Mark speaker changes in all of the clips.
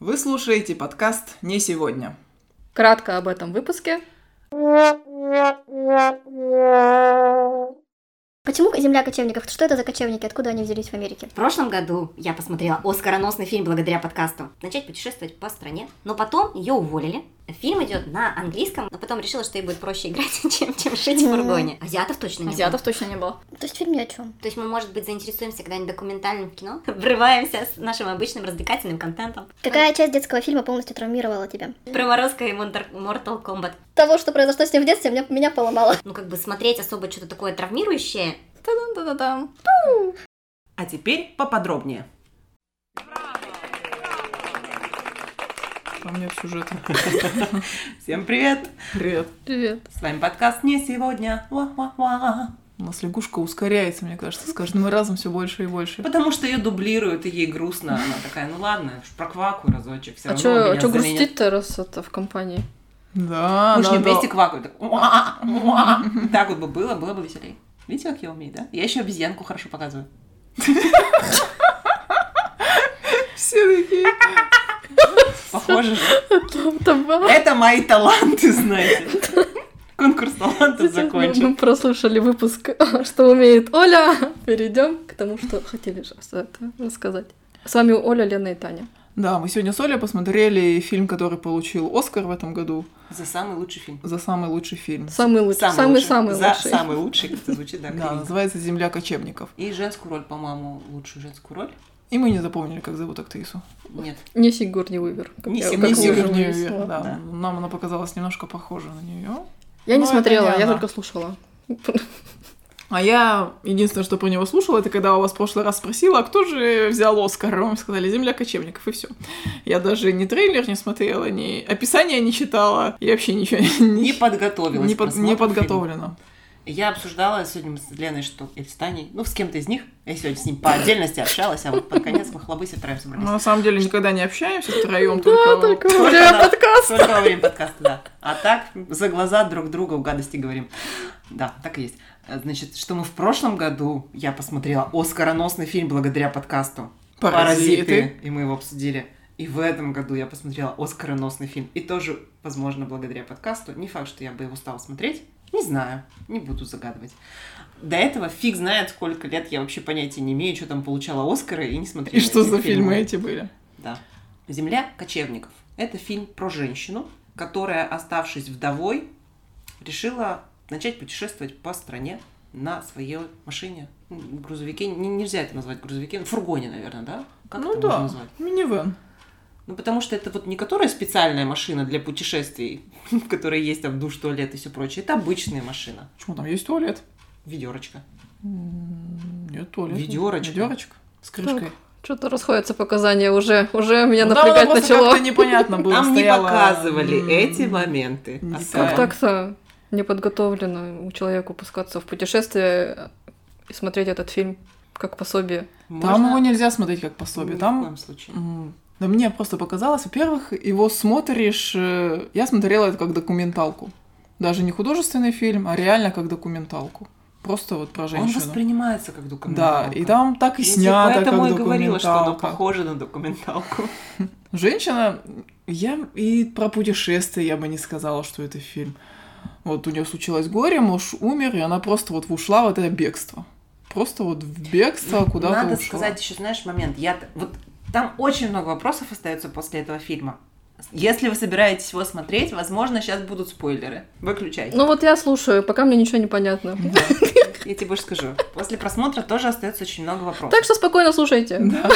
Speaker 1: Вы слушаете подкаст «Не сегодня».
Speaker 2: Кратко об этом выпуске.
Speaker 3: Почему земля кочевников? Что это за кочевники? Откуда они взялись в Америке?
Speaker 4: В прошлом году я посмотрела оскароносный фильм благодаря подкасту «Начать путешествовать по стране», но потом ее уволили. Фильм идет на английском, но потом решила, что ей будет проще играть, чем, чем шить в фургоне. Азиатов точно не
Speaker 2: Азиатов точно не было.
Speaker 3: То есть фильм ни о чем.
Speaker 4: было. То есть мы, может быть, заинтересуемся когда-нибудь документальным кино, врываемся с нашим обычным развлекательным контентом.
Speaker 3: Какая часть детского фильма полностью травмировала тебя?
Speaker 4: Проморозка и Монтар- Mortal Kombat.
Speaker 3: Того, что произошло с ним в детстве, меня, меня поломало.
Speaker 4: Ну, как бы смотреть особо что-то такое травмирующее,
Speaker 2: Та-дам-та-да-дам.
Speaker 1: А теперь поподробнее. По мне в сюжету. Всем привет! Привет.
Speaker 2: Привет.
Speaker 1: С вами подкаст «Не сегодня». Уа-уа-уа.
Speaker 5: У нас лягушка ускоряется, мне кажется, с каждым разом все больше и больше.
Speaker 1: Потому что ее дублируют, и ей грустно. Она такая, ну ладно, уж проквакаю разочек. Все
Speaker 2: А
Speaker 1: равно
Speaker 2: чё,
Speaker 1: меня
Speaker 2: чё
Speaker 1: заменят».
Speaker 2: грустить-то, раз это в компании?
Speaker 5: Да,
Speaker 1: Мы же не
Speaker 5: надо-
Speaker 1: вместе квакают. Так, «Уа, уа». Так вот бы было, было бы веселее. Видите, как я умею, да? Я еще обезьянку хорошо показываю.
Speaker 5: Все такие.
Speaker 1: Похоже же.
Speaker 2: Там а?
Speaker 1: Это мои таланты, знаете. Конкурс талантов закончен.
Speaker 2: Мы прослушали выпуск «Что умеет Оля». Перейдем к тому, что хотели же с этого рассказать. С вами Оля, Лена и Таня.
Speaker 5: Да, мы сегодня с Олей посмотрели фильм, который получил Оскар в этом году
Speaker 1: За самый лучший фильм.
Speaker 5: за самый лучший фильм.
Speaker 2: Самый лучший,
Speaker 1: лучший.
Speaker 2: самый-самый
Speaker 1: За
Speaker 2: лучший.
Speaker 1: самый лучший, это звучит, да,
Speaker 5: Да,
Speaker 1: кривенько.
Speaker 5: называется «Земля кочевников».
Speaker 1: И женскую роль, по-моему, лучшую женскую роль.
Speaker 5: И мы не запомнили, как зовут актрису.
Speaker 1: Нет.
Speaker 2: Не Сигурни Уивер. как
Speaker 1: Не
Speaker 2: я-
Speaker 1: Сигурни
Speaker 2: как я уже
Speaker 1: Сигурни
Speaker 5: Сигурни
Speaker 2: выяснила.
Speaker 5: Уивер, да.
Speaker 1: Да.
Speaker 5: Нам она показалась немножко похожа на нее.
Speaker 2: Я
Speaker 5: Ну,
Speaker 2: не
Speaker 5: это
Speaker 2: смотрела,
Speaker 5: не
Speaker 2: я
Speaker 5: она.
Speaker 2: только слушала.
Speaker 5: А я единственное, что про него слушала, это когда у вас в прошлый раз спросила, а кто же взял Оскар? Вы Вам сказали «Земля кочевников» и все. Я даже ни трейлер не смотрела, ни описание не читала, и вообще ничего
Speaker 1: Не
Speaker 5: не,
Speaker 1: подготовилась.
Speaker 5: не,
Speaker 1: к
Speaker 5: под- не
Speaker 1: просмотру
Speaker 5: подготовлено.
Speaker 1: фильма. Я обсуждала сегодня с Леной, что или с Таней, ну, с кем-то из них. Я сегодня с ним по отдельности общалась, а вот под конец мы хлобысь втроем
Speaker 5: Мы
Speaker 1: собрались.
Speaker 5: на самом деле никогда не общаемся втроем, только...
Speaker 2: только
Speaker 1: Только
Speaker 2: во время
Speaker 1: да.
Speaker 2: подкаста.
Speaker 1: Только во время подкаста, да. А так, за глаза друг друга в гадости говорим. Да, так и есть. Э, Значит, что мы в прошлом году, я посмотрела оскароносный фильм благодаря подкасту
Speaker 5: Паразиты.
Speaker 1: И мы его обсудили. И в этом году я посмотрела оскароносный фильм. И тоже, возможно, благодаря подкасту. Не факт, что я бы его стала смотреть. Не знаю, не буду загадывать. До этого фиг знает, сколько лет я вообще понятия не имею, что там получала Оскары и не смотрела.
Speaker 5: И что
Speaker 1: эти
Speaker 5: за
Speaker 1: фильмы.
Speaker 5: фильмы эти были?
Speaker 1: Да. «Земля кочевников». Это фильм про женщину, которая, оставшись вдовой, решила начать путешествовать по стране на своей машине, м, грузовике. Н- нельзя это назвать грузовике, фургоне, наверное, да? Как
Speaker 5: ну
Speaker 1: это можно
Speaker 5: да,
Speaker 1: назвать?
Speaker 5: минивэн.
Speaker 1: Ну, потому что это вот не которая специальная машина для путешествий, в которой есть там душ, туалет и все прочее. Это обычная машина.
Speaker 5: Почему там есть туалет?
Speaker 1: Ведерочка.
Speaker 5: М, Нет, туалет.
Speaker 1: Ведёрочка.
Speaker 5: Ведерочка. С крышкой.
Speaker 2: Что-то расходятся показания уже, уже меня
Speaker 5: Ну, там оно
Speaker 2: напрягать
Speaker 5: просто
Speaker 2: начало.
Speaker 5: как-то непонятно было.
Speaker 1: Там не
Speaker 5: стояло,
Speaker 1: показывали
Speaker 5: м,
Speaker 1: эти моменты. А
Speaker 5: не
Speaker 1: особо.
Speaker 2: Как так-то неподготовленно человеку пускаться в путешествие и смотреть этот фильм как пособие?
Speaker 5: Там его
Speaker 1: Можно?
Speaker 5: нельзя смотреть как пособие.
Speaker 1: Ни в
Speaker 5: Там
Speaker 1: коем случае.
Speaker 5: М, Да мне просто показалось, во-первых, его смотришь... э, Я смотрела это как документалку. Даже не художественный фильм, а реально как документалку. Просто вот про
Speaker 1: Он
Speaker 5: женщину.
Speaker 1: воспринимается как
Speaker 5: Да,
Speaker 1: документалка.
Speaker 5: и там так и
Speaker 1: Я тебе
Speaker 5: снято,
Speaker 1: поэтому
Speaker 5: как
Speaker 1: и говорила, что оно
Speaker 5: документалка.
Speaker 1: похоже на документалку.
Speaker 5: Женщина... Я и про путешествие я бы не сказала, что это фильм. Вот у нее случилось горе, муж умер, и она просто вот ушла в это бегство. Просто вот в бегство куда-то
Speaker 1: Надо
Speaker 5: ушла.
Speaker 1: сказать еще, знаешь, момент. Я т- вот там очень много вопросов остается после этого фильма. Если вы собираетесь его смотреть, возможно, сейчас будут спойлеры. Выключайте.
Speaker 2: Ну вот я слушаю, пока мне ничего не понятно.
Speaker 1: Я тебе больше скажу. После просмотра тоже остается очень много вопросов.
Speaker 2: Так что спокойно слушайте.
Speaker 5: Да.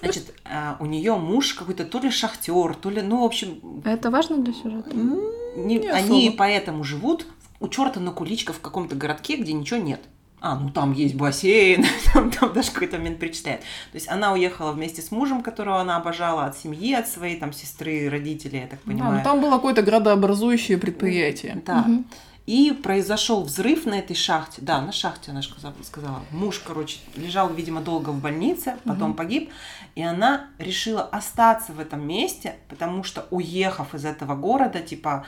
Speaker 1: Значит, а, у нее муж какой-то то ли шахтер, то ли, ну, в общем,
Speaker 2: А Это важно для сюжета?
Speaker 5: М,
Speaker 1: не-
Speaker 5: не
Speaker 1: они
Speaker 5: особо.
Speaker 1: поэтому живут у черта на куличках в каком-то городке, где ничего нет. А, ну там есть бассейн, там, там даже какой-то момент перечисляет. То есть она уехала вместе с мужем, которого она обожала, от семьи, от своей там сестры, родителей, я так
Speaker 5: Да,
Speaker 1: понимаю.
Speaker 5: ну там было какое-то градообразующее предприятие.
Speaker 1: Да.
Speaker 2: Мгм.
Speaker 1: И произошел взрыв на этой шахте. Да, на шахте она же сказа- сказала. Муж, короче, лежал, видимо, долго в больнице, потом погиб. И она решила остаться в этом месте, потому что, уехав из этого города, типа,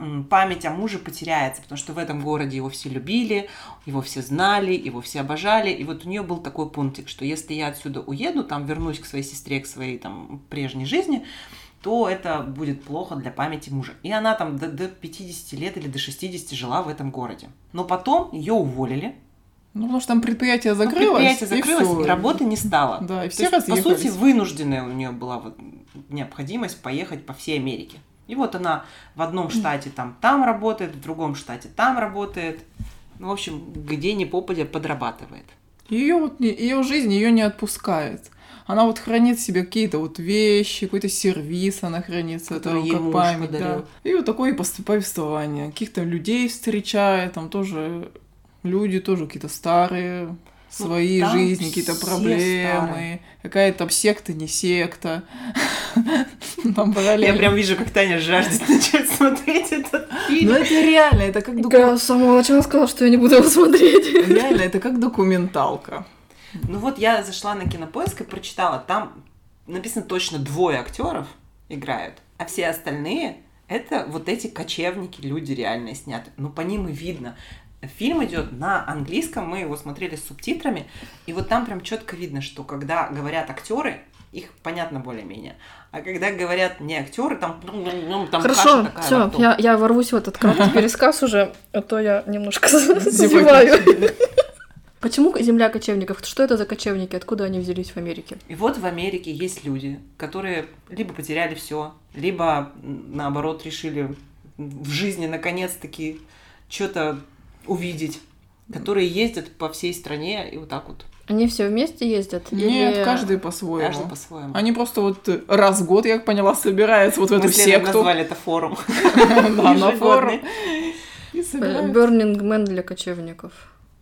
Speaker 1: м, память о муже потеряется, потому что в этом городе его все любили, его все знали, его все обожали. И вот у нее был такой пунктик, что если я отсюда уеду, там вернусь к своей сестре, к своей там прежней жизни, то это будет плохо для памяти мужа. И она там до, до 50 лет или до 60 жила в этом городе. Но потом ее уволили.
Speaker 5: Ну, потому что там предприятие
Speaker 1: Ну,
Speaker 5: закрылось.
Speaker 1: предприятие
Speaker 5: и
Speaker 1: закрылось,
Speaker 5: всё.
Speaker 1: и, работы не стало.
Speaker 5: Да, и
Speaker 1: То
Speaker 5: все
Speaker 1: есть, по
Speaker 5: разъехались.
Speaker 1: сути, вынужденная у нее была вот необходимость поехать по всей Америке. И вот она в одном штате там там работает, в другом штате там работает. Ну, в общем, где ни попадя подрабатывает.
Speaker 5: Ее вот ее жизнь ее не отпускает. Она вот хранит в себе какие-то вот вещи, какой-то сервис она хранит, это
Speaker 1: Который ей
Speaker 5: как
Speaker 1: муж
Speaker 5: память, да.
Speaker 1: подарил.
Speaker 5: И вот такое пос- повествование. Каких-то людей встречает, там тоже люди тоже какие-то старые, свои
Speaker 1: Ну, там
Speaker 5: жизни, какие-то
Speaker 1: все
Speaker 5: проблемы,
Speaker 1: старые.
Speaker 5: какая-то там секта, не секта. Там
Speaker 1: Я
Speaker 5: параллельно.
Speaker 1: прям вижу, как Таня жаждет начать смотреть этот фильм.
Speaker 5: Ну это реально, это как доку-
Speaker 2: Я с самого начала сказала, что я не буду его смотреть.
Speaker 5: реально, это как документалка.
Speaker 1: Ну вот я зашла на кинопоиск и прочитала, там написано точно двое актеров играют, а все остальные это вот эти кочевники, люди реально сняты. Ну по ним и видно. Фильм идет на английском, мы его смотрели с субтитрами, и вот там прям четко видно, что когда говорят актеры, их понятно более-менее, а когда говорят не актеры, там, ну, там каша
Speaker 2: Хорошо,
Speaker 1: такая во
Speaker 2: все,
Speaker 1: рту.
Speaker 2: я, я ворвусь в этот краткий пересказ уже, а то я немножко
Speaker 5: Типа, Зеваю.
Speaker 2: зеваю. Почему земля кочевников? Что это за кочевники? Откуда они взялись в Америке?
Speaker 1: И вот в Америке есть люди, которые либо потеряли все, либо м, наоборот решили в жизни наконец-таки что-то увидеть, которые ездят по всей стране и вот так вот,
Speaker 2: Они все вместе ездят?
Speaker 5: Нет,
Speaker 2: Или- Э,
Speaker 5: каждый по-своему.
Speaker 1: каждый по-своему.
Speaker 5: Они просто вот раз в год, я как поняла, собираются вот в
Speaker 1: Мы
Speaker 5: эту
Speaker 1: следом
Speaker 5: секту.
Speaker 1: назвали это форум.
Speaker 5: Да, на форум.
Speaker 1: Ежегодный.
Speaker 5: И
Speaker 2: Б-
Speaker 5: собираются.
Speaker 2: Burning Man для кочевников.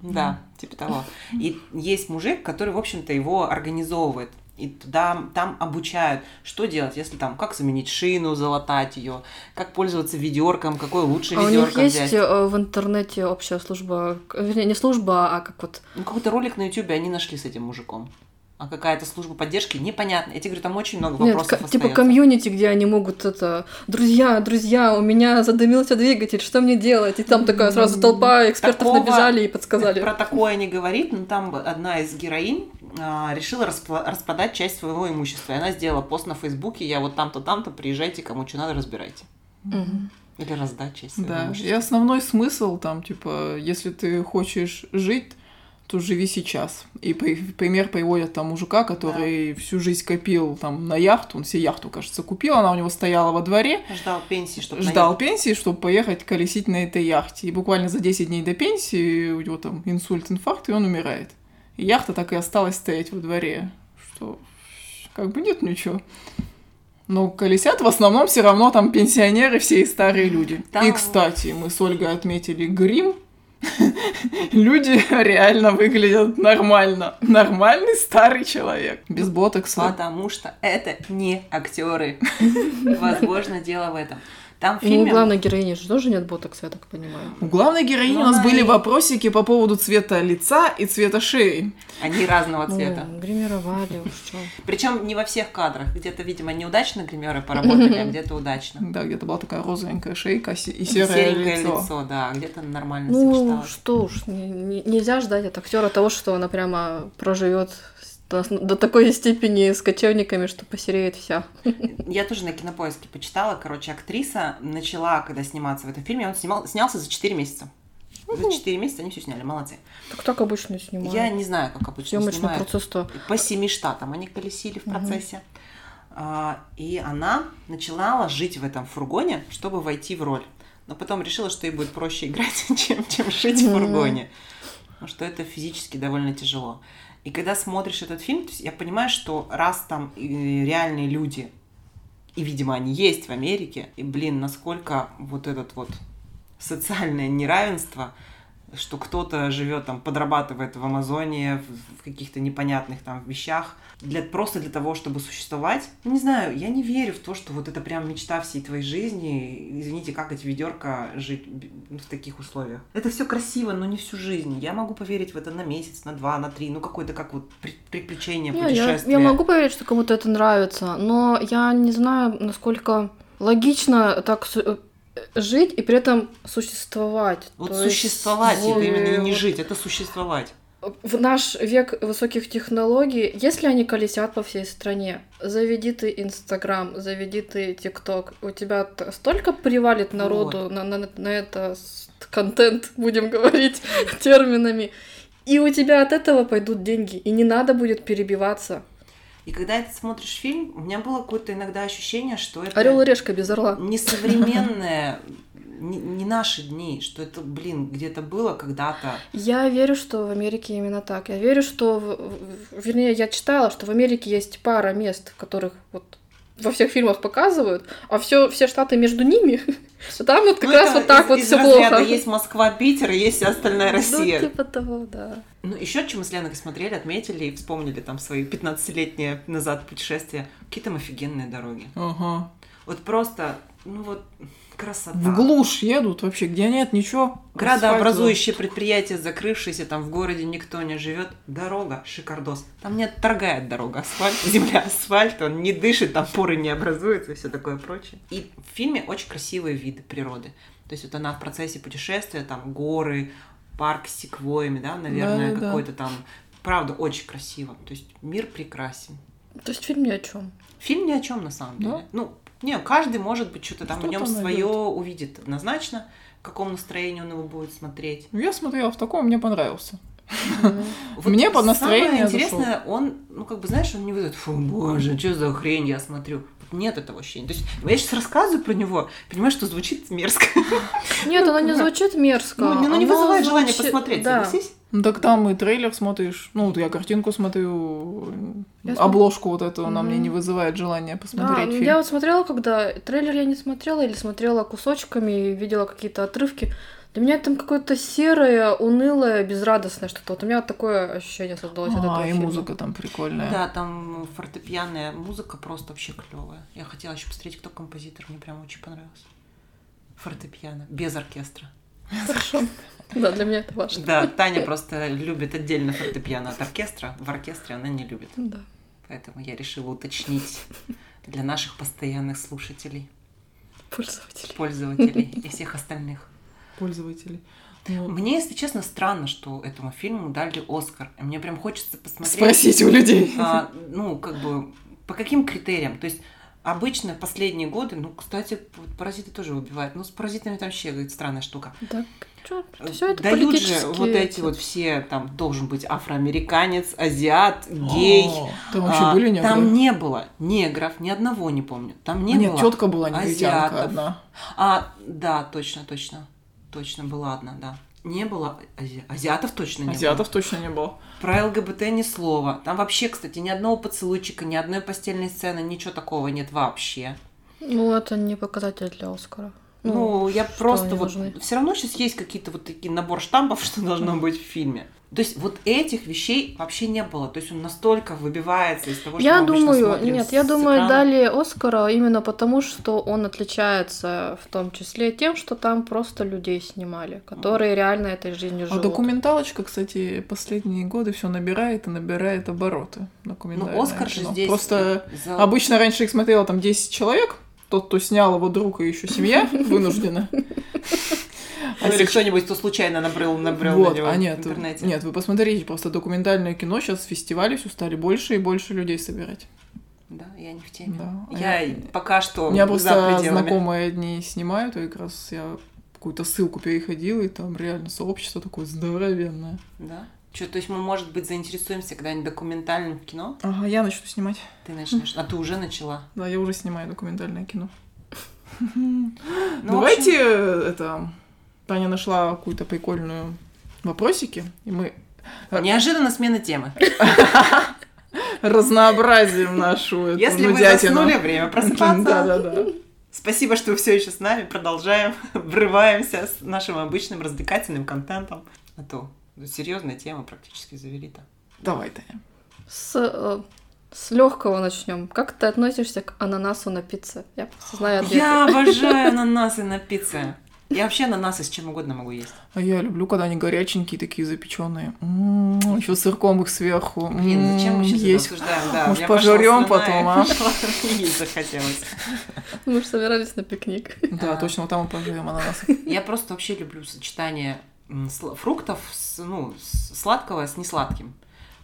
Speaker 1: Да, типа того. И есть мужик, который, в общем-то, его организовывает. И туда, там обучают, что делать, если там, как заменить шину, залатать ее, как пользоваться ведерком, какой лучше
Speaker 2: а у
Speaker 1: ведерко
Speaker 2: них есть
Speaker 1: взять.
Speaker 2: э, в интернете общая служба, к- вернее, не служба, а как вот...
Speaker 1: Ну, какой-то ролик на Ютубе они нашли с этим мужиком. А какая-то служба поддержки, непонятно. Я тебе говорю, там очень много
Speaker 2: Нет,
Speaker 1: Ну, вопросов
Speaker 2: ка- типа
Speaker 1: остаётся.
Speaker 2: комьюнити, где они могут это... Друзья, друзья, у меня задымился двигатель, что мне делать? И там такая сразу толпа экспертов
Speaker 1: Такого-
Speaker 2: набежали и подсказали.
Speaker 1: Про такое не говорит, но там одна из героинь а, решила распла- распадать часть своего имущества. И она сделала пост на Фейсбуке, я вот там-то, там-то, приезжайте, кому что надо, разбирайте.
Speaker 2: Мгм.
Speaker 1: Или раздать часть своего
Speaker 5: Да, и
Speaker 1: имущества.
Speaker 5: основной смысл там, типа, если ты хочешь жить, то живи сейчас. И при- пример приводят там мужика, который всю жизнь копил там на яхту, он себе яхту, кажется, купил, она у него стояла во дворе,
Speaker 1: Ждал пенсии, чтобы
Speaker 5: ждал пенсии, чтобы поехать колесить на этой яхте. И буквально за 10 дней до пенсии у него там инсульт, инфаркт, и он умирает. И яхта так и осталась стоять во дворе. Что как бы нет ничего. Но колесят в основном все равно там пенсионеры все и старые люди.
Speaker 1: Там-
Speaker 5: И, кстати, мы с Ольгой отметили грим. Люди реально выглядят нормально. Нормальный старый человек. Без ботокса.
Speaker 1: Потому что это не актеры. Возможно, дело в этом. Там в
Speaker 2: Ну, у
Speaker 1: фильме...
Speaker 2: главной героини же тоже нет ботокса, я так понимаю.
Speaker 5: У главной героини
Speaker 1: Ну,
Speaker 5: у нас
Speaker 1: она
Speaker 5: были
Speaker 1: и-
Speaker 5: вопросики по поводу цвета лица и цвета шеи.
Speaker 1: Они разного цвета.
Speaker 2: Ну, гримировали уж что.
Speaker 1: Причем не во всех кадрах. Где-то, видимо, неудачно гримеры поработали, а где-то удачно.
Speaker 5: Да, где-то была такая розовенькая шейка се- и
Speaker 1: И
Speaker 5: серое
Speaker 1: Серенькое
Speaker 5: лицо.
Speaker 1: лицо. да, где-то нормально
Speaker 2: Ну,
Speaker 1: сочеталось.
Speaker 2: что уж, не- не- нельзя ждать от актера того, что она прямо проживет до, до такой степени с кочевниками, что посереет вся.
Speaker 1: Я тоже на кинопоиске почитала. Короче, актриса начала, когда сниматься в этом фильме, он снимал, снялся за 4 месяца. За 4 месяца они все сняли, молодцы.
Speaker 2: Так так обычно снимают.
Speaker 1: Я не знаю, как обычно
Speaker 2: Съемочный
Speaker 1: снимают.
Speaker 2: процесс то.
Speaker 1: По семи штатам они колесили в процессе. А, И она начинала жить в этом фургоне, чтобы войти в роль. Но потом решила, что ей будет проще играть, чем, чем жить в
Speaker 2: Мгм.
Speaker 1: фургоне. Потому что это физически довольно тяжело. И когда смотришь этот фильм, то есть я понимаю, что раз там э, реальные люди, и, видимо, они есть в Америке, и, блин, насколько вот этот вот социальное неравенство, что кто-то живет там, подрабатывает в Амазоне, в, в каких-то непонятных там вещах, для, просто для того, чтобы существовать. Ну, не знаю, я не верю в то, что вот это прям мечта всей твоей жизни. Извините, как эти ведерка жить б- ну, в таких условиях. Это все красиво, но не всю жизнь. Я могу поверить в это на месяц, на два, на три, ну какое-то как вот при- приключение,
Speaker 2: Не, я,
Speaker 1: путешествие.
Speaker 2: я могу поверить, что кому-то это нравится, но я не знаю, насколько логично так с- э, жить и при этом существовать.
Speaker 1: Вот
Speaker 2: То есть
Speaker 1: существовать, это
Speaker 2: вы-
Speaker 1: именно не жить, это существовать.
Speaker 2: В наш век высоких технологий, если они колесят по всей стране, заведи ты Инстаграм, заведи ты ТикТок, у тебя т- столько привалит народу на, на- на это с- контент, будем говорить терминами, и у тебя от этого пойдут деньги, и не надо будет перебиваться.
Speaker 1: И когда ты смотришь фильм, у меня было какое-то иногда ощущение, что это
Speaker 2: Орел и решка без орла.
Speaker 1: несовременное, не, не наши дни, что это, блин, где-то было когда-то.
Speaker 2: Я верю, что в Америке именно так. Я верю, что, в- в- вернее, я читала, что в Америке есть пара мест, в которых вот во всех фильмах показывают, а все, все штаты между ними. Что Там вот как
Speaker 1: Ну,
Speaker 2: раз
Speaker 1: это
Speaker 2: вот так
Speaker 1: из-
Speaker 2: вот
Speaker 1: из
Speaker 2: все
Speaker 1: разряда
Speaker 2: плохо.
Speaker 1: Есть Москва, Питер, есть вся остальная Россия.
Speaker 2: Ну, типа того, да.
Speaker 1: Ну, еще чем мы с Леной смотрели, отметили и вспомнили там свои 15-летние назад путешествия. Какие там офигенные дороги.
Speaker 5: Ага.
Speaker 1: Вот просто, ну вот, красота.
Speaker 5: В глушь едут вообще, где нет ничего.
Speaker 1: Градообразующее предприятие, закрывшееся, там в городе никто не живет. Дорога, шикардос. Там не отторгает дорога асфальт, земля асфальт, он не дышит, там поры не образуются и все такое прочее. И в фильме очень красивые виды природы. То есть вот она в процессе путешествия, там горы, парк с секвоями, да, наверное,
Speaker 5: Да-да-да.
Speaker 1: какой-то там. Правда, очень красиво. То есть мир прекрасен.
Speaker 2: То есть фильм ни о чем.
Speaker 1: Фильм ни о чем на самом
Speaker 5: Да?
Speaker 1: деле. Ну, не, каждый может быть что-то там в
Speaker 5: Что-то
Speaker 1: нем
Speaker 5: найдёт.
Speaker 1: свое увидит однозначно, в каком настроении он его будет смотреть.
Speaker 5: Ну, Я смотрела в таком, мне понравился.
Speaker 1: Вот
Speaker 5: Мне под настроение
Speaker 1: Самое интересное, он, ну, как бы, знаешь, он не вызывает, фу, боже, что за хрень я смотрю. Вот Нет этого ощущения. То есть, типа, я сейчас рассказываю про него, понимаешь, что звучит мерзко.
Speaker 2: Нет, оно не звучит мерзко.
Speaker 1: Ну, не- ну, не
Speaker 2: оно
Speaker 1: вызывает желания
Speaker 2: звучит-
Speaker 1: посмотреть,
Speaker 2: да.
Speaker 1: согласись?
Speaker 5: Ну так там и трейлер смотришь. Ну, вот я картинку смотрю,
Speaker 2: Я см-
Speaker 5: обложку вот эту, она мне
Speaker 2: Мгм.
Speaker 5: не вызывает желания
Speaker 2: Да,
Speaker 5: посмотреть
Speaker 2: ну,
Speaker 5: фильм.
Speaker 2: я вот смотрела, когда трейлер я не смотрела или смотрела кусочками и видела какие-то отрывки. Для меня там какое-то серое, унылое, безрадостное что-то. Вот у меня такое ощущение создалось от этого
Speaker 5: А, и
Speaker 2: фильма.
Speaker 5: музыка там прикольная.
Speaker 1: Да, там фортепианная музыка просто вообще клевая. Я хотела еще посмотреть, кто композитор, мне прям очень понравилось. Фортепиано, без оркестра.
Speaker 2: Хорошо. Да, для меня это важно.
Speaker 1: Да, Таня просто любит отдельно фортепиано от оркестра. В оркестре она не любит.
Speaker 2: Да.
Speaker 1: Поэтому я решила уточнить для наших постоянных слушателей,
Speaker 2: Пользователи.
Speaker 1: пользователей и всех остальных.
Speaker 5: Пользователи. Ну,
Speaker 1: Мне, если честно, странно, что этому фильму дали Оскар. И Мне прям хочется посмотреть,
Speaker 5: Спросить у людей.
Speaker 1: а, ну, как бы, по каким критериям. То есть, обычно последние годы, ну, кстати, вот паразиты тоже убивают. Ну, с паразитами там вообще говорит, странная штука.
Speaker 2: Да. Чё, все это
Speaker 1: Дают
Speaker 2: политические...
Speaker 1: Э, же вот эти вот все, там, должен быть афроамериканец, азиат, гей.
Speaker 5: О, Там вообще
Speaker 1: А,
Speaker 5: были негры? А
Speaker 1: Там не было негров, ни одного не помню. Там не
Speaker 5: Нет,
Speaker 1: было.
Speaker 5: тетка была негритянка
Speaker 1: азиатов.
Speaker 5: одна.
Speaker 1: А, да, точно, точно. Точно, была одна, да. Не было ази- азиатов точно не было.
Speaker 5: Азиатов точно не было.
Speaker 1: Про ЛГБТ ни слова. Там вообще, кстати, ни одного поцелуйчика, ни одной постельной сцены, ничего такого нет вообще.
Speaker 2: Ну, это не показатель для Оскара.
Speaker 1: Ну, я
Speaker 2: что
Speaker 1: просто
Speaker 2: они
Speaker 1: вот...
Speaker 2: должны?
Speaker 1: Все равно сейчас есть какие-то вот такие набор штампов, что должно быть в фильме. То есть вот этих вещей вообще не было. То есть он настолько выбивается из того, что
Speaker 2: Я
Speaker 1: мы обычно
Speaker 2: думаю,
Speaker 1: смотрим
Speaker 2: нет,
Speaker 1: с
Speaker 2: я думаю,
Speaker 1: экрана.
Speaker 2: дали Оскара именно потому, что он отличается в том числе тем, что там просто людей снимали, которые реально этой жизнью
Speaker 5: А
Speaker 2: живут.
Speaker 5: документалочка, кстати, последние годы все набирает и набирает обороты.
Speaker 1: Ну,
Speaker 5: Документальное
Speaker 1: Оскар же
Speaker 2: ну,
Speaker 5: кино.
Speaker 1: здесь...
Speaker 5: Просто
Speaker 1: за-
Speaker 5: Обычно раньше их смотрело там 10 человек. Тот, кто снял его друг и еще семья, вынуждена.
Speaker 1: Ну,
Speaker 5: А
Speaker 1: или
Speaker 5: сейчас-
Speaker 1: кто-нибудь, кто случайно набрел, набрел
Speaker 5: вот,
Speaker 1: на него
Speaker 5: а нет,
Speaker 1: в интернете.
Speaker 5: нет, вы посмотрите, просто документальное кино сейчас в фестивале все стали больше и больше людей собирать.
Speaker 1: Да, я не в теме.
Speaker 5: Да.
Speaker 1: Я пока что
Speaker 5: Ну, У меня
Speaker 1: за
Speaker 5: просто
Speaker 1: пределами.
Speaker 5: знакомые одни снимают, и как раз я какую-то ссылку переходила, и там реально сообщество такое здоровенное.
Speaker 1: Да? Чё, то есть мы, может быть, заинтересуемся когда-нибудь документальным кино?
Speaker 5: Ага, я начну снимать.
Speaker 1: Ты начнешь. А ты уже начала.
Speaker 5: Да, я уже снимаю документальное кино.
Speaker 1: Ну, в общем,
Speaker 5: Давайте э, это. Таня нашла какую-то прикольную вопросики, и мы А
Speaker 1: Неожиданно смена темы.
Speaker 5: Э, разнообразим нашу эту
Speaker 1: Если вы
Speaker 5: нудятину.
Speaker 1: заснули, время
Speaker 5: Да,
Speaker 1: просыпаться.
Speaker 5: да, да.
Speaker 1: Спасибо, что вы все еще с нами. Продолжаем. Врываемся с нашим обычным развлекательным контентом. А то серьезная тема практически завели-то.
Speaker 5: Давай, Таня.
Speaker 2: С, э, с легкого начнем. Как ты относишься к ананасу на пицце? Я просто знаю ответы.
Speaker 1: Я обожаю ананасы на пицце. Я вообще ананасы с чем угодно могу есть.
Speaker 5: А я люблю, когда они горяченькие, такие запеченные. Еще сырком их сверху.
Speaker 1: Блин, зачем мы
Speaker 5: М,
Speaker 1: сейчас это
Speaker 5: Есть.
Speaker 1: обсуждаем? Да,
Speaker 5: Может,
Speaker 1: я пошла
Speaker 5: пожрём
Speaker 1: слюна, и
Speaker 5: потом, а?
Speaker 1: пошла. Есть захотелось.
Speaker 2: Мы же собирались на пикник.
Speaker 5: Да,
Speaker 1: А.
Speaker 5: точно, вот там мы пожрем ананасы.
Speaker 1: Я просто вообще люблю сочетание м, сла- фруктов, с, ну, с- сладкого с несладким.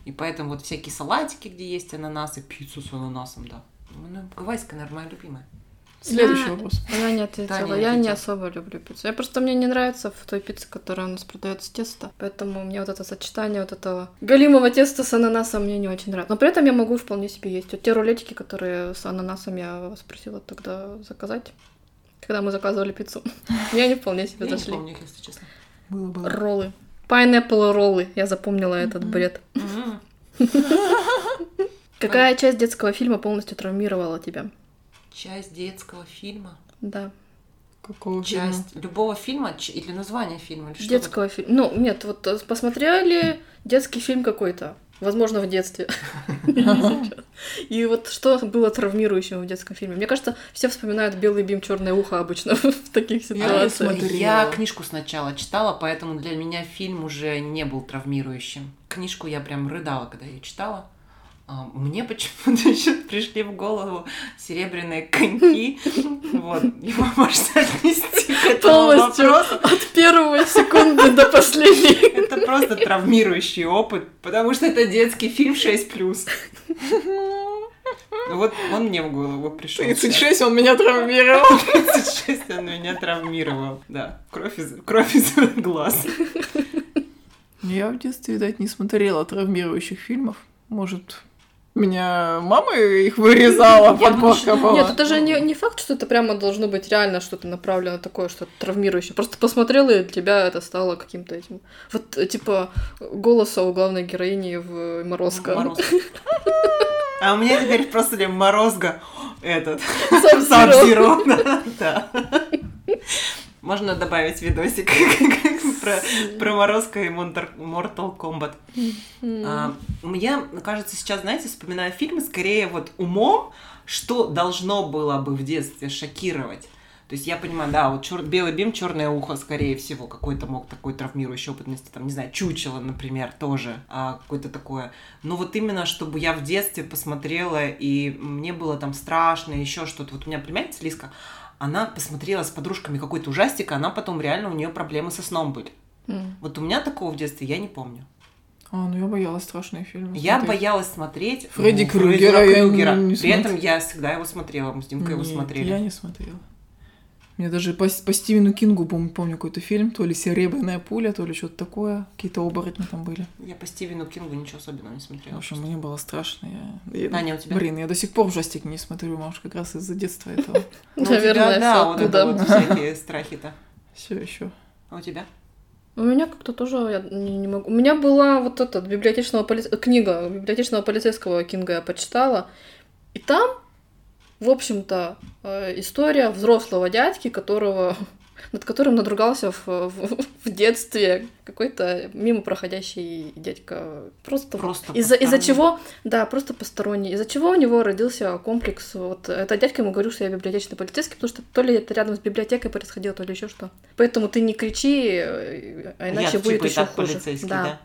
Speaker 1: И поэтому вот всякие салатики, где есть ананасы, пиццу с ананасом, да. Ну, гавайская, наверное, моя любимая.
Speaker 5: Следующий
Speaker 2: Я-
Speaker 5: вопрос.
Speaker 2: Я не ответила.
Speaker 1: Таня
Speaker 2: Я не
Speaker 1: ответила.
Speaker 2: особо люблю пиццу. Я просто мне не нравится в той пицце, которая у нас продается тесто. Поэтому мне вот это сочетание вот этого голимого теста с ананасом мне не очень нравится. Но при этом я могу вполне себе есть. Вот те рулетики, которые с ананасом я вас просила тогда заказать. Когда мы заказывали пиццу. Мне они вполне себе
Speaker 1: Я не
Speaker 2: зашли.
Speaker 1: помню их, если честно.
Speaker 5: Было, было.
Speaker 2: Роллы. Пайнепл роллы. Я запомнила этот
Speaker 5: Мгм.
Speaker 2: бред.
Speaker 1: Мгм.
Speaker 2: Какая часть детского фильма полностью травмировала тебя?
Speaker 1: Часть детского фильма.
Speaker 2: Да.
Speaker 5: Какого фильма?
Speaker 1: Часть любого фильма ч- или название фильма. Или что
Speaker 2: Детского фильма. Ну, нет, вот э, посмотрели детский фильм какой-то. Возможно, в детстве. Или сейчас. И вот что было травмирующим в детском фильме? Мне кажется, все вспоминают белый бим, черное ухо обычно в таких
Speaker 5: не
Speaker 2: ситуациях.
Speaker 5: смотрела.
Speaker 1: такое? Я книжку сначала читала, поэтому для меня фильм уже не был травмирующим. Книжку я прям рыдала, когда ее читала. А, Мне почему-то еще пришли в голову серебряные коньки. Вот, его можно отнести к этому
Speaker 2: Полностью.
Speaker 1: вопросу.
Speaker 2: От первой секунды до последней.
Speaker 1: Это просто травмирующий опыт, потому что это детский фильм 6+. Ну Вот он мне в голову пришел.
Speaker 5: 36, он меня травмировал.
Speaker 1: 36 он меня травмировал. Да, кровь из, кровь из глаз.
Speaker 5: Я в детстве, видать, не смотрела травмирующих фильмов. Может, меня мама их вырезала,
Speaker 1: Я бы
Speaker 5: подборка была.
Speaker 2: Нет, это же не, не факт, что это прямо должно быть реально что-то направлено такое, что травмирующее. Просто посмотрела, и для тебя это стало каким-то этим. Вот, э, типа, голоса у главной героини в «Морозко».
Speaker 1: Морозко. А у меня теперь просто морозга этот.
Speaker 2: Сам
Speaker 1: Сабзиро. Да. Можно добавить видосик про, про Морозко и Монтар- Mortal Kombat.
Speaker 2: М.
Speaker 1: А, мне кажется, сейчас, знаете, вспоминаю фильмы скорее вот умом, что должно было бы в детстве шокировать. То есть я понимаю, да, вот чёр- белый бим, черное ухо, скорее всего, какой-то мог такой травмирующий опыт нести, там, не знаю, чучело, например, тоже, а, какое-то такое. Но вот именно, чтобы я в детстве посмотрела, и мне было там страшно, еще что-то. Вот у меня племянница Лиска, она посмотрела с подружками какой-то ужастик, а она потом реально у нее проблемы со сном были.
Speaker 2: М.
Speaker 1: Вот у меня такого в детстве я не помню.
Speaker 5: А, ну я боялась страшные фильмы.
Speaker 1: Я
Speaker 5: смотреть.
Speaker 1: боялась смотреть
Speaker 5: Ну, Фредди
Speaker 1: ну,
Speaker 5: Крюгера я
Speaker 1: Крюгера.
Speaker 5: не
Speaker 1: При этом
Speaker 5: смотрела.
Speaker 1: я всегда его смотрела, мы с Димкой его
Speaker 5: Нет,
Speaker 1: смотрели.
Speaker 5: Я не смотрела. Мне даже по, по Стивену Кингу, помню, помню какой-то фильм, то ли «Серебряная пуля», то ли что-то такое. Какие-то оборотни там были.
Speaker 1: Я по Стивену Кингу ничего особенного не смотрела.
Speaker 5: В общем, мне было страшно. Я... я-
Speaker 1: Таня, у тебя?
Speaker 5: Блин, я до сих пор ужастик не смотрю, может, как раз из-за детства этого.
Speaker 1: Ну, у тебя,
Speaker 2: Наверное,
Speaker 1: да,
Speaker 2: всё
Speaker 1: вот
Speaker 2: оттуда.
Speaker 1: это вот всякие страхи-то.
Speaker 5: Все еще.
Speaker 1: А у тебя?
Speaker 2: У меня как-то тоже я не, не могу. У меня была вот эта библиотечного поли- э, книга библиотечного полицейского Кинга я почитала, и там, в общем-то, э, история взрослого дядьки, которого над которым надругался в, в- в детстве какой-то мимо проходящий дядька. Просто,
Speaker 1: Просто
Speaker 2: из-за, из-за
Speaker 1: посторонний.
Speaker 2: чего, да, просто посторонний. Из-за чего у него родился комплекс. Вот это дядька ему говорил, что я библиотечный полицейский, потому что то ли это рядом с библиотекой происходило, то ли еще что. Поэтому ты не кричи, э, а иначе
Speaker 1: Я,
Speaker 2: будет
Speaker 1: типа, и
Speaker 2: еще
Speaker 1: так
Speaker 2: хуже.
Speaker 1: полицейский,
Speaker 2: Да.
Speaker 1: да.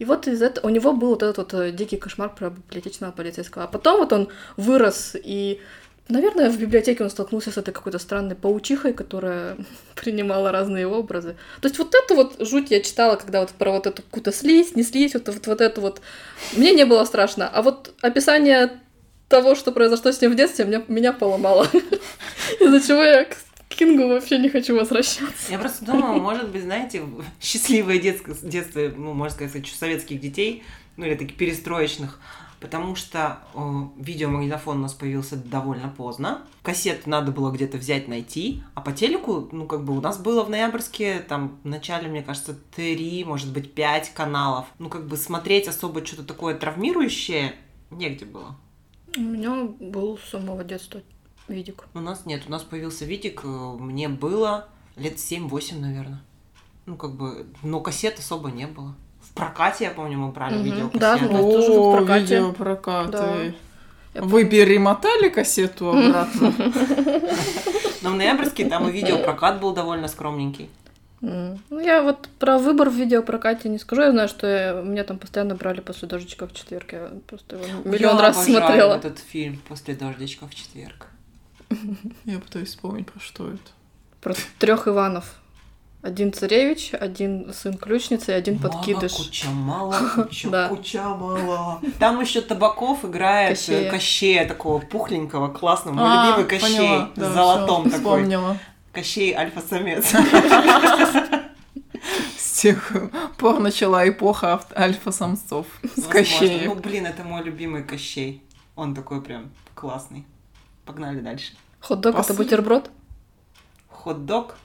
Speaker 2: И вот из этого у него был вот этот вот э, дикий кошмар про библиотечного полицейского. А потом вот он вырос и Наверное, в библиотеке он столкнулся с этой какой-то странной паучихой, которая принимала разные образы. То есть вот эту вот жуть я читала, когда вот про вот эту какую-то слизь, не слизь, вот, вот, вот это вот. Мне не было страшно. А вот описание того, что произошло с ним в детстве, меня, меня поломало. Из-за чего я к Кингу вообще не хочу возвращаться.
Speaker 1: Я просто думала, может быть, знаете, в- счастливое детско- детство, ну, можно сказать, еще советских детей, ну, или таких перестроечных, потому что э, видеомагнитофон у нас появился довольно поздно, кассеты надо было где-то взять, найти, а по телеку, ну, как бы у нас было в ноябрьске, там, в начале, мне кажется, три, может быть, пять каналов, ну, как бы смотреть особо что-то такое травмирующее негде было.
Speaker 2: У меня был с самого детства видик.
Speaker 1: У нас нет, у нас появился Витик, э, мне было лет 7-8, наверное. Ну, как бы, но кассет особо не было. В прокате, я помню, мы брали
Speaker 2: Мгм.
Speaker 1: видеокассеты.
Speaker 2: Да, ну. у нас тоже в прокате.
Speaker 5: видеопрокаты.
Speaker 2: Да. Я
Speaker 5: Вы перемотали кассету обратно?
Speaker 1: Но в Ноябрьске там и видеопрокат был довольно скромненький.
Speaker 2: М. Ну, я вот про выбор в видеопрокате не скажу. Я знаю, что я- меня там постоянно брали после дождичка в четверг. Я просто его миллион
Speaker 1: Я
Speaker 2: раз
Speaker 1: обожаю
Speaker 2: смотрела.
Speaker 1: этот фильм «После дождичка в четверг».
Speaker 5: Я пытаюсь вспомнить, про что это.
Speaker 2: Про трех Иванов. Один царевич, один сын ключницы и один подкидыш.
Speaker 1: Мало куча, мало куча,
Speaker 2: Да.
Speaker 1: куча, мало. Там еще Табаков играет
Speaker 2: Кощея.
Speaker 1: Кощея, такого пухленького, классного. Мой
Speaker 5: А,
Speaker 1: любимый Кощей,
Speaker 5: поняла, да,
Speaker 1: с золотом
Speaker 5: всё,
Speaker 1: такой.
Speaker 5: Вспомнила.
Speaker 1: Кощей альфа-самец.
Speaker 5: С тех пор начала эпоха ав- альфа-самцов. С
Speaker 1: Возможно.
Speaker 5: Кощеем.
Speaker 1: Ну, блин, это мой любимый Кощей. Он такой прям классный. Погнали дальше.
Speaker 2: Хот-дог это
Speaker 5: Спасибо.
Speaker 2: бутерброд?
Speaker 1: Хот-дог.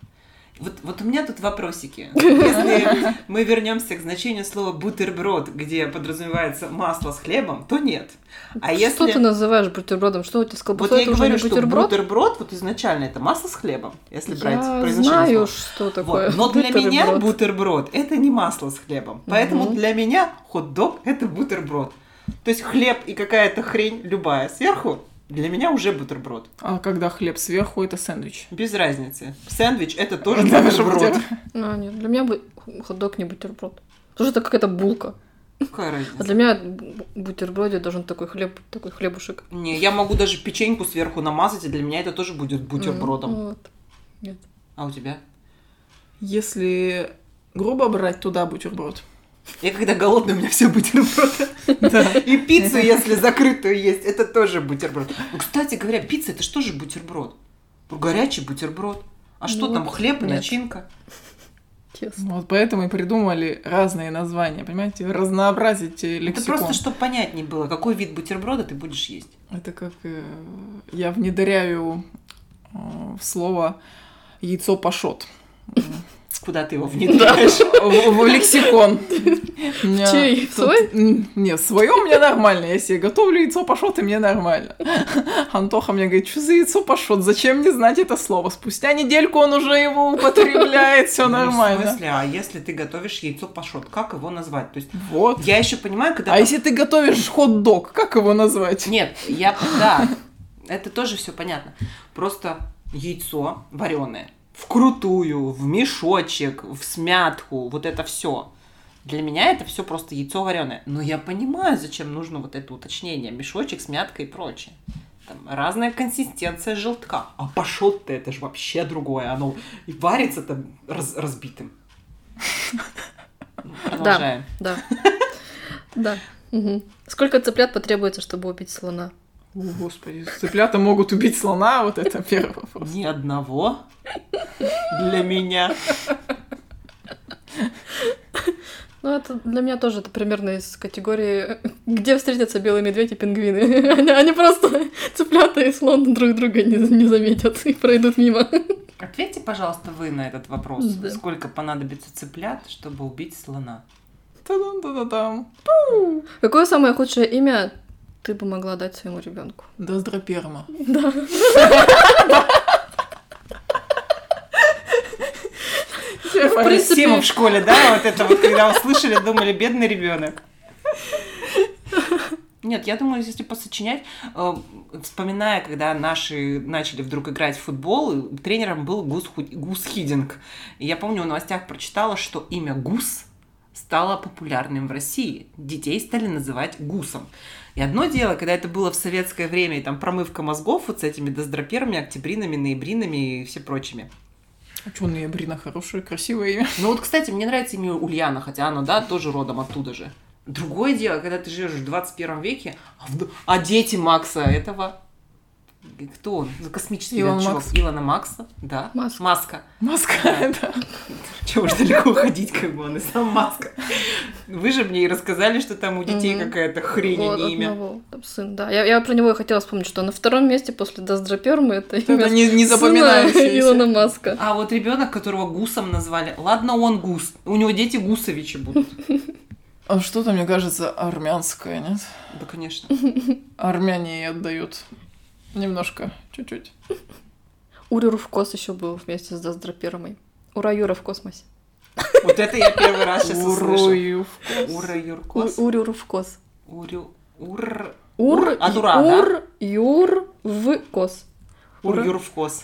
Speaker 1: Вот, вот у меня тут вопросики. Если мы вернемся к значению слова бутерброд, где подразумевается масло с хлебом, то нет. А
Speaker 2: Что
Speaker 1: если
Speaker 2: ты называешь бутербродом? Что у тебя с
Speaker 1: Вот
Speaker 2: колбасой?
Speaker 1: я и
Speaker 2: это уже
Speaker 1: говорю,
Speaker 2: не
Speaker 1: что
Speaker 2: бутерброд?
Speaker 1: бутерброд? вот изначально это масло с хлебом, если брать
Speaker 2: Я
Speaker 1: произношение
Speaker 2: знаю,
Speaker 1: слова.
Speaker 2: что
Speaker 1: Вот.
Speaker 2: такое
Speaker 1: Но для меня
Speaker 2: бутерброд.
Speaker 1: бутерброд это не масло с хлебом. Поэтому
Speaker 2: Мгм.
Speaker 1: для меня хот-дог это бутерброд. То есть хлеб и какая-то хрень любая сверху для меня уже бутерброд.
Speaker 5: А когда хлеб сверху, это сэндвич.
Speaker 1: Без разницы. Сэндвич это тоже
Speaker 5: Также
Speaker 1: бутерброд.
Speaker 5: бутер-
Speaker 2: А, нет, для меня бы хот-дог не бутерброд. Потому что это какая-то булка.
Speaker 1: Какая
Speaker 2: А
Speaker 1: разница?
Speaker 2: для меня бу- бутерброде должен такой хлеб, такой хлебушек.
Speaker 1: Не, я могу даже печеньку сверху намазать, и для меня это тоже будет бутербродом.
Speaker 2: М, вот.
Speaker 1: А у тебя?
Speaker 5: Если грубо брать, туда бутерброд.
Speaker 1: Я когда голодный, у меня все бутерброды. И пиццу, если закрытую есть, это тоже бутерброд. Ну, Кстати говоря, пицца это что же бутерброд? Ну, Горячий бутерброд. А что
Speaker 2: Ну,
Speaker 1: там, хлеб и
Speaker 2: нет.
Speaker 1: начинка?
Speaker 2: Тесно.
Speaker 5: Вот поэтому и придумали разные названия, понимаете? Разнообразить э,
Speaker 1: Это
Speaker 5: лексикон.
Speaker 1: просто, чтобы понятнее было, какой вид бутерброда ты будешь есть.
Speaker 5: Это как э, я внедряю э, в слово яйцо пашот
Speaker 1: Куда ты его внедряешь?
Speaker 5: в в лексикон.
Speaker 2: В чей? В свой?
Speaker 5: Нет, свое у меня нормально. Я себе готовлю яйцо пашот, и мне нормально. Антоха мне говорит, что за яйцо пашот? Зачем мне знать это слово? Спустя недельку он уже его употребляет, все
Speaker 1: Ну, В
Speaker 5: нормально.
Speaker 1: смысле, а если ты готовишь яйцо пашот, как его назвать? То есть,
Speaker 5: Вот.
Speaker 1: я еще понимаю, когда...
Speaker 5: А если ты готовишь хот-дог, как его назвать?
Speaker 1: Нет, я... Да, это тоже все понятно. Просто яйцо вареное. Вкрутую, в мешочек, в смятку, вот это все. Для меня это все просто яйцо вареное. Но я понимаю, зачем нужно вот это уточнение. Мешочек, смятка и прочее. Там разная консистенция желтка. А пашот-то это же вообще другое. Оно и варится там раз- разбитым. Ну, Продолжаем.
Speaker 2: Да. Да. Мгм. Сколько цыплят потребуется, чтобы убить слона?
Speaker 5: О, господи, цыплята могут убить слона, вот это первый вопрос.
Speaker 1: Ни одного для меня.
Speaker 2: Ну, это для меня тоже это примерно из категории «Где встретятся белый медведь и пингвины?» Они, они просто цыплята и слон друг друга не, не заметят и пройдут мимо.
Speaker 1: Ответьте, пожалуйста, вы на этот вопрос.
Speaker 2: Да.
Speaker 1: Сколько понадобится цыплят, чтобы убить слона?
Speaker 5: Та-дам-та-да-дам.
Speaker 2: Какое самое худшее имя ты бы могла дать своему ребенку?
Speaker 5: Доздроперма.
Speaker 2: Да. В
Speaker 1: Все мы
Speaker 2: принципе,
Speaker 1: в школе, да, вот это вот, когда услышали, думали, бедный ребенок. Нет, я думаю, если посочинять, э, вспоминая, когда наши начали вдруг играть в футбол, и тренером был Гус, Ху- Гус Хидинг. И я помню, в новостях прочитала, что имя Гус стало популярным в России. Детей стали называть Гусом. И одно дело, когда это было в советское время, и там промывка мозгов вот с этими доздроперами, октябринами, ноябринами и все прочими.
Speaker 5: А чё, ноябрина хорошее, красивое имя.
Speaker 1: Ну вот, кстати, мне нравится имя Ульяна, хотя она, да, тоже родом оттуда же. Другое дело, когда ты живешь в 21 веке, а, вд- а дети Макса этого... Кто он? Ну, Космический
Speaker 5: Илон
Speaker 1: да, чувак.
Speaker 5: Макс.
Speaker 1: Илона Макса, да.
Speaker 2: Маск.
Speaker 1: Маска.
Speaker 5: Маска, да.
Speaker 1: Чего ж далеко уходить, как бы он и сам Маска. Вы же мне и рассказали, что там у детей
Speaker 2: Мгм.
Speaker 1: какая-то хрень, а
Speaker 2: Вот
Speaker 1: не имя.
Speaker 2: одного, там сын, да. Я, я про него и хотела вспомнить, что на втором месте после Даздрапермы это
Speaker 5: Это
Speaker 1: Ну,
Speaker 2: имя
Speaker 5: не, не
Speaker 2: сына
Speaker 5: запоминающееся.
Speaker 2: Илона Маска.
Speaker 1: А вот ребенок, которого гусом назвали, ладно, он гус, у него дети гусовичи будут.
Speaker 5: А что-то, мне кажется, армянское, нет?
Speaker 1: Да, конечно.
Speaker 5: Армяне и отдают. Немножко, чуть-чуть.
Speaker 2: Урюрвкос еще был вместе с Даздрапермой. Ура, Юра в космосе.
Speaker 1: Вот это я первый раз сейчас услышала.
Speaker 5: Уруев.
Speaker 1: Ура, Юркос.
Speaker 2: У- Урюрвкос.
Speaker 1: Урю... Ур...
Speaker 2: Ур,
Speaker 1: Ур, а от
Speaker 2: и-
Speaker 1: ура, да?
Speaker 2: ур, юр, в, кос.
Speaker 1: Ур-юрвкос.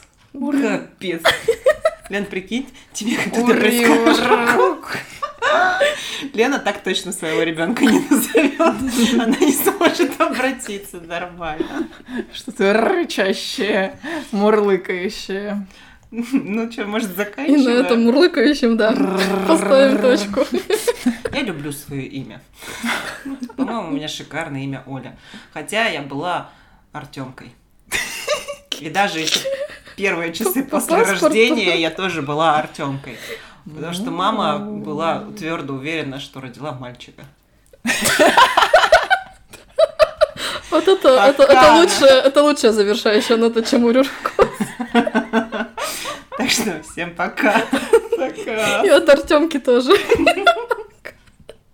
Speaker 1: Капец. Лен, прикинь, тебе кто-то
Speaker 5: Ура,
Speaker 1: расскажет. Лена так точно своего ребенка не назовет. Она не сможет обратиться нормально.
Speaker 5: Что-то рычащее, мурлыкающее.
Speaker 1: Ну что, может,
Speaker 2: И на
Speaker 1: заканчиваем?
Speaker 2: этом мурлыкающем, да, поставим точку.
Speaker 1: Я люблю свое имя. По-моему, у меня шикарное имя Оля. Хотя я была Артемкой. И даже еще первые часы
Speaker 2: По
Speaker 1: после
Speaker 2: паспорту.
Speaker 1: рождения я тоже была Артемкой. Потому что мама была твердо уверена, что родила мальчика.
Speaker 2: Вот это, это, это
Speaker 1: Пока.
Speaker 2: лучшее, это лучшее завершающая нота, чем у Рюрка.
Speaker 1: Так что всем пока.
Speaker 5: Такая.
Speaker 2: И от Артемки тоже.